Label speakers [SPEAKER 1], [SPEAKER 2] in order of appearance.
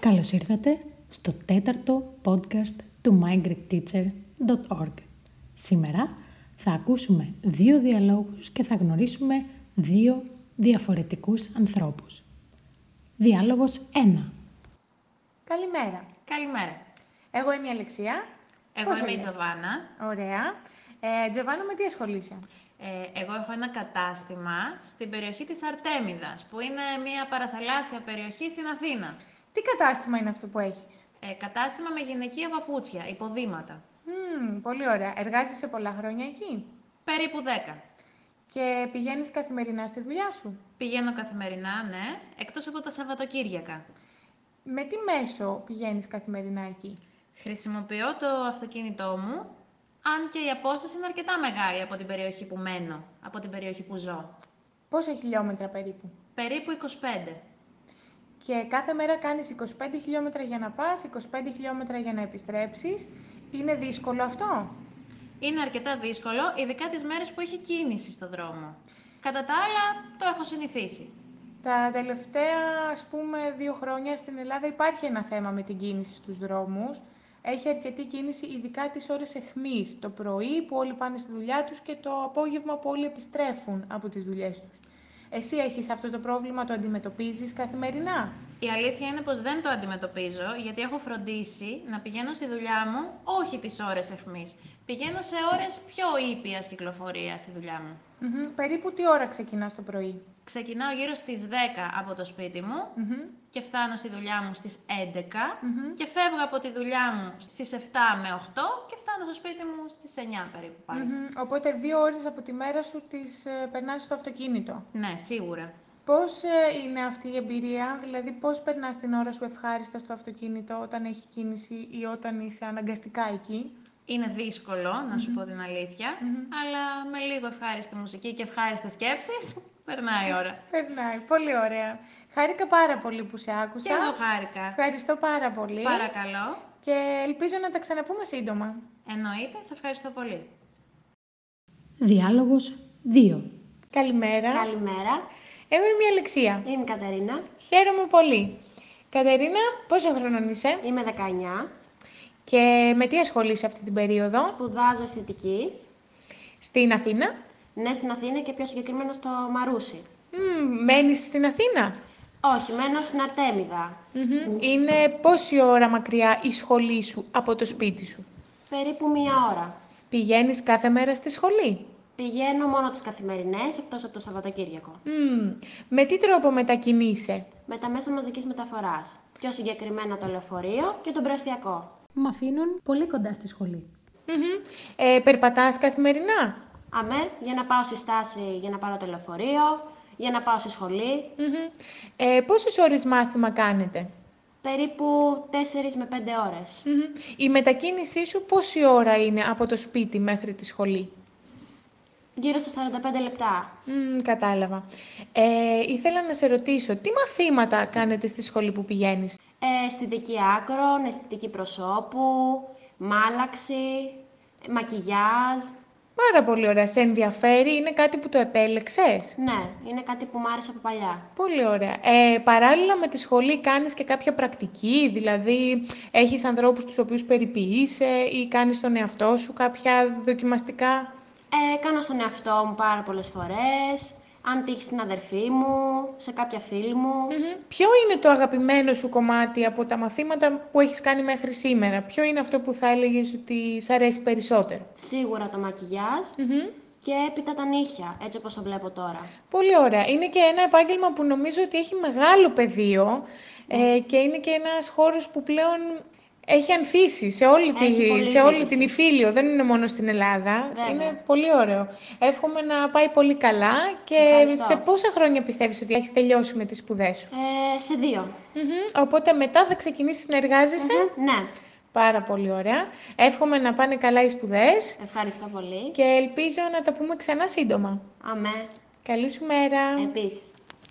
[SPEAKER 1] Καλώς ήρθατε στο τέταρτο podcast του mygreekteacher.org. Σήμερα θα ακούσουμε δύο διαλόγους και θα γνωρίσουμε δύο διαφορετικούς ανθρώπους. Διάλογος 1.
[SPEAKER 2] Καλημέρα.
[SPEAKER 3] Καλημέρα.
[SPEAKER 2] Εγώ είμαι η Αλεξία.
[SPEAKER 3] Εγώ
[SPEAKER 2] Πώς σε
[SPEAKER 3] είμαι η
[SPEAKER 2] λέω?
[SPEAKER 3] Τζοβάνα.
[SPEAKER 2] Ωραία. Ε, Τζοβάνα, με τι ασχολείσαι.
[SPEAKER 3] Ε, εγώ έχω ένα κατάστημα στην περιοχή της Αρτέμιδας, που είναι μια παραθαλάσσια περιοχή στην Αθήνα.
[SPEAKER 2] Τι κατάστημα είναι αυτό που έχεις.
[SPEAKER 3] Ε, κατάστημα με γυναικεία παπούτσια, υποδήματα.
[SPEAKER 2] Μμμ, πολύ ωραία. Εργάζεσαι πολλά χρόνια εκεί.
[SPEAKER 3] Περίπου 10.
[SPEAKER 2] Και πηγαίνεις καθημερινά στη δουλειά σου.
[SPEAKER 3] Πηγαίνω καθημερινά, ναι, εκτός από τα Σαββατοκύριακα.
[SPEAKER 2] Με τι μέσο πηγαίνεις καθημερινά εκεί.
[SPEAKER 3] Χρησιμοποιώ το αυτοκίνητό μου, αν και η απόσταση είναι αρκετά μεγάλη από την περιοχή που μένω, από την περιοχή που ζω.
[SPEAKER 2] Πόσα χιλιόμετρα περίπου.
[SPEAKER 3] Περίπου 25.
[SPEAKER 2] Και κάθε μέρα κάνεις 25 χιλιόμετρα για να πας, 25 χιλιόμετρα για να επιστρέψεις. Είναι δύσκολο αυτό.
[SPEAKER 3] Είναι αρκετά δύσκολο, ειδικά τις μέρες που έχει κίνηση στο δρόμο. Κατά τα άλλα, το έχω συνηθίσει.
[SPEAKER 2] Τα τελευταία, ας πούμε, δύο χρόνια στην Ελλάδα υπάρχει ένα θέμα με την κίνηση στους δρόμους. Έχει αρκετή κίνηση, ειδικά τις ώρες εχμής, το πρωί που όλοι πάνε στη δουλειά τους και το απόγευμα που όλοι επιστρέφουν από τις δουλειές τους. Εσύ έχεις αυτό το πρόβλημα, το αντιμετωπίζεις καθημερινά.
[SPEAKER 3] Η αλήθεια είναι πως δεν το αντιμετωπίζω, γιατί έχω φροντίσει να πηγαίνω στη δουλειά μου όχι τις ώρες αιχμής. Πηγαίνω σε ώρες πιο ήπιας κυκλοφορίας στη δουλειά μου.
[SPEAKER 2] Μμμ. Περίπου τι ώρα ξεκινάς το πρωί.
[SPEAKER 3] Ξεκινάω γύρω στις 10 από το σπίτι μου
[SPEAKER 2] Μμμ.
[SPEAKER 3] και φτάνω στη δουλειά μου στις 11
[SPEAKER 2] Μμμ.
[SPEAKER 3] και φεύγω από τη δουλειά μου στις 7 με 8 και φτάνω στο σπίτι μου στις 9 περίπου πάλι.
[SPEAKER 2] Μμμ. Οπότε δύο ώρες από τη μέρα σου τις ε, περνάς στο αυτοκίνητο.
[SPEAKER 3] Ναι, σίγουρα.
[SPEAKER 2] Πώς ε, είναι αυτή η εμπειρία, δηλαδή πώς περνάς την ώρα σου ευχάριστα στο αυτοκίνητο όταν έχει κίνηση ή όταν είσαι αναγκαστικά εκεί.
[SPEAKER 3] Είναι δύσκολο, να σου πω την αληθεια αλλά με λίγο ευχάριστη μουσική και ευχάριστες σκέψεις, περνάει η ώρα.
[SPEAKER 2] Περνάει, πολύ ωραία. Χάρηκα πάρα πολύ που σε άκουσα.
[SPEAKER 3] Και εγώ χάρηκα.
[SPEAKER 2] Ευχαριστώ πάρα πολύ
[SPEAKER 3] Παρακαλώ.
[SPEAKER 2] και ελπίζω να τα ξαναπούμε σύντομα.
[SPEAKER 3] Εννοείται, σε ευχαριστώ πολύ.
[SPEAKER 1] Διάλογος 2.
[SPEAKER 2] Καλημέρα.
[SPEAKER 4] Καλημέρα,
[SPEAKER 2] Εγώ είμαι η Αλεξία.
[SPEAKER 4] είμαι η Καταρίνα,
[SPEAKER 2] Χαίρομαι πολύ. Κατερίνα, πόσο χρονών είσαι
[SPEAKER 4] είμαι 19,
[SPEAKER 2] και με τι ασχολείσαι αυτή την περίοδο
[SPEAKER 4] σπουδάζω αισθητική,
[SPEAKER 2] στην Αθήνα.
[SPEAKER 4] ναι στην Αθήνα και πιο συγκεκριμένα στο Μαρούσι.
[SPEAKER 2] Μμμ, μένεις στην Αθήνα.
[SPEAKER 4] Όχι, μένω στην Αρτέμιδα,
[SPEAKER 2] Μμμ. Mm-hmm. Είναι πόση ώρα μακριά η σχολή σου από το σπίτι σου.
[SPEAKER 4] περίπου μία ώρα.
[SPEAKER 2] Πηγαίνεις κάθε μέρα στη σχολή.
[SPEAKER 4] Πηγαίνω μόνο τις καθημερινές, εκτός από το Σαββατοκύριακο,
[SPEAKER 2] Μμμ. Mm. Με τι τρόπο μετακινείσαι.
[SPEAKER 4] με τα μέσα μαζικής μεταφοράς, πιο συγκεκριμένα το λεωφορείο και τον πραστιακό.
[SPEAKER 1] Μ' αφήνουν πολύ κοντά στη σχολή.
[SPEAKER 2] Μμμ. Ε, περπατάς καθημερινά.
[SPEAKER 4] Αμέ, για να πάω στη στάση για να πάρω το λεωφορείο, για να πάω στη σχολή,
[SPEAKER 2] Μμμ. Ε, πόσες ώρες μάθημα κάνετε.
[SPEAKER 4] περίπου 4 με 5 ώρες.
[SPEAKER 2] Μμμ. Mm-hmm. Η μετακίνησή σου πόση ώρα είναι από το σπίτι μέχρι τη σχολή.
[SPEAKER 4] Γύρω στα 45 λεπτά.
[SPEAKER 2] Μμμ, Mm, κατάλαβα. Ε, ήθελα να σε ρωτήσω, τι μαθήματα κάνετε στη σχολή που πηγαίνεις.
[SPEAKER 4] Ε, αισθητική άκρων, αισθητική προσώπου, μάλαξη, μακιγιάζ.
[SPEAKER 2] Πάρα πολύ ωραία. Σε ενδιαφέρει, είναι κάτι που το επέλεξες.
[SPEAKER 4] Ναι, είναι κάτι που μου άρεσε από παλιά.
[SPEAKER 2] Πολύ ωραία. Ε, παράλληλα με τη σχολή κάνεις και κάποια πρακτική, δηλαδή έχεις ανθρώπους τους οποίους περιποιείσαι ή κάνεις τον εαυτό σου κάποια δοκιμαστικά.
[SPEAKER 4] Ε, κάνω στον εαυτό μου πάρα πολλές φορές, αν τύχει στην αδερφή μου, σε κάποια φίλη μου.
[SPEAKER 2] Μμμ. Ποιο είναι το αγαπημένο σου κομμάτι από τα μαθήματα που έχεις κάνει μέχρι σήμερα. Ποιο είναι αυτό που θα έλεγες ότι σ' αρέσει περισσότερο.
[SPEAKER 4] Σίγουρα το μακιγιάζ
[SPEAKER 2] Μμμ.
[SPEAKER 4] και έπειτα τα νύχια, έτσι όπως το βλέπω τώρα.
[SPEAKER 2] Πολύ ωραία. Είναι και ένα επάγγελμα που νομίζω ότι έχει μεγάλο πεδίο ε, και είναι και ένας χώρος που πλέον έχει ανθίσει σε όλη, τη-
[SPEAKER 4] Έχει πολλή
[SPEAKER 2] σε όλη
[SPEAKER 4] ζήτηση.
[SPEAKER 2] την Ιφίλιο. Δεν είναι μόνο στην Ελλάδα.
[SPEAKER 4] Βέβαια.
[SPEAKER 2] Είναι πολύ ωραίο. Εύχομαι να πάει πολύ καλά και
[SPEAKER 4] Ευχαριστώ.
[SPEAKER 2] σε πόσα χρόνια πιστεύεις ότι έχεις τελειώσει με τις σπουδές σου.
[SPEAKER 4] Ε, σε δύο.
[SPEAKER 2] Μμμ. Οπότε μετά θα ξεκινήσεις να εργάζεσαι.
[SPEAKER 4] Ναι,
[SPEAKER 2] Πάρα πολύ ωραία. Εύχομαι να πάνε καλά οι σπουδές
[SPEAKER 4] ευχαριστώ πολύ.
[SPEAKER 2] και ελπίζω να τα πούμε ξανά σύντομα.
[SPEAKER 4] Αμέ, Ε,
[SPEAKER 2] Καλή σου μέρα.
[SPEAKER 4] επίσης.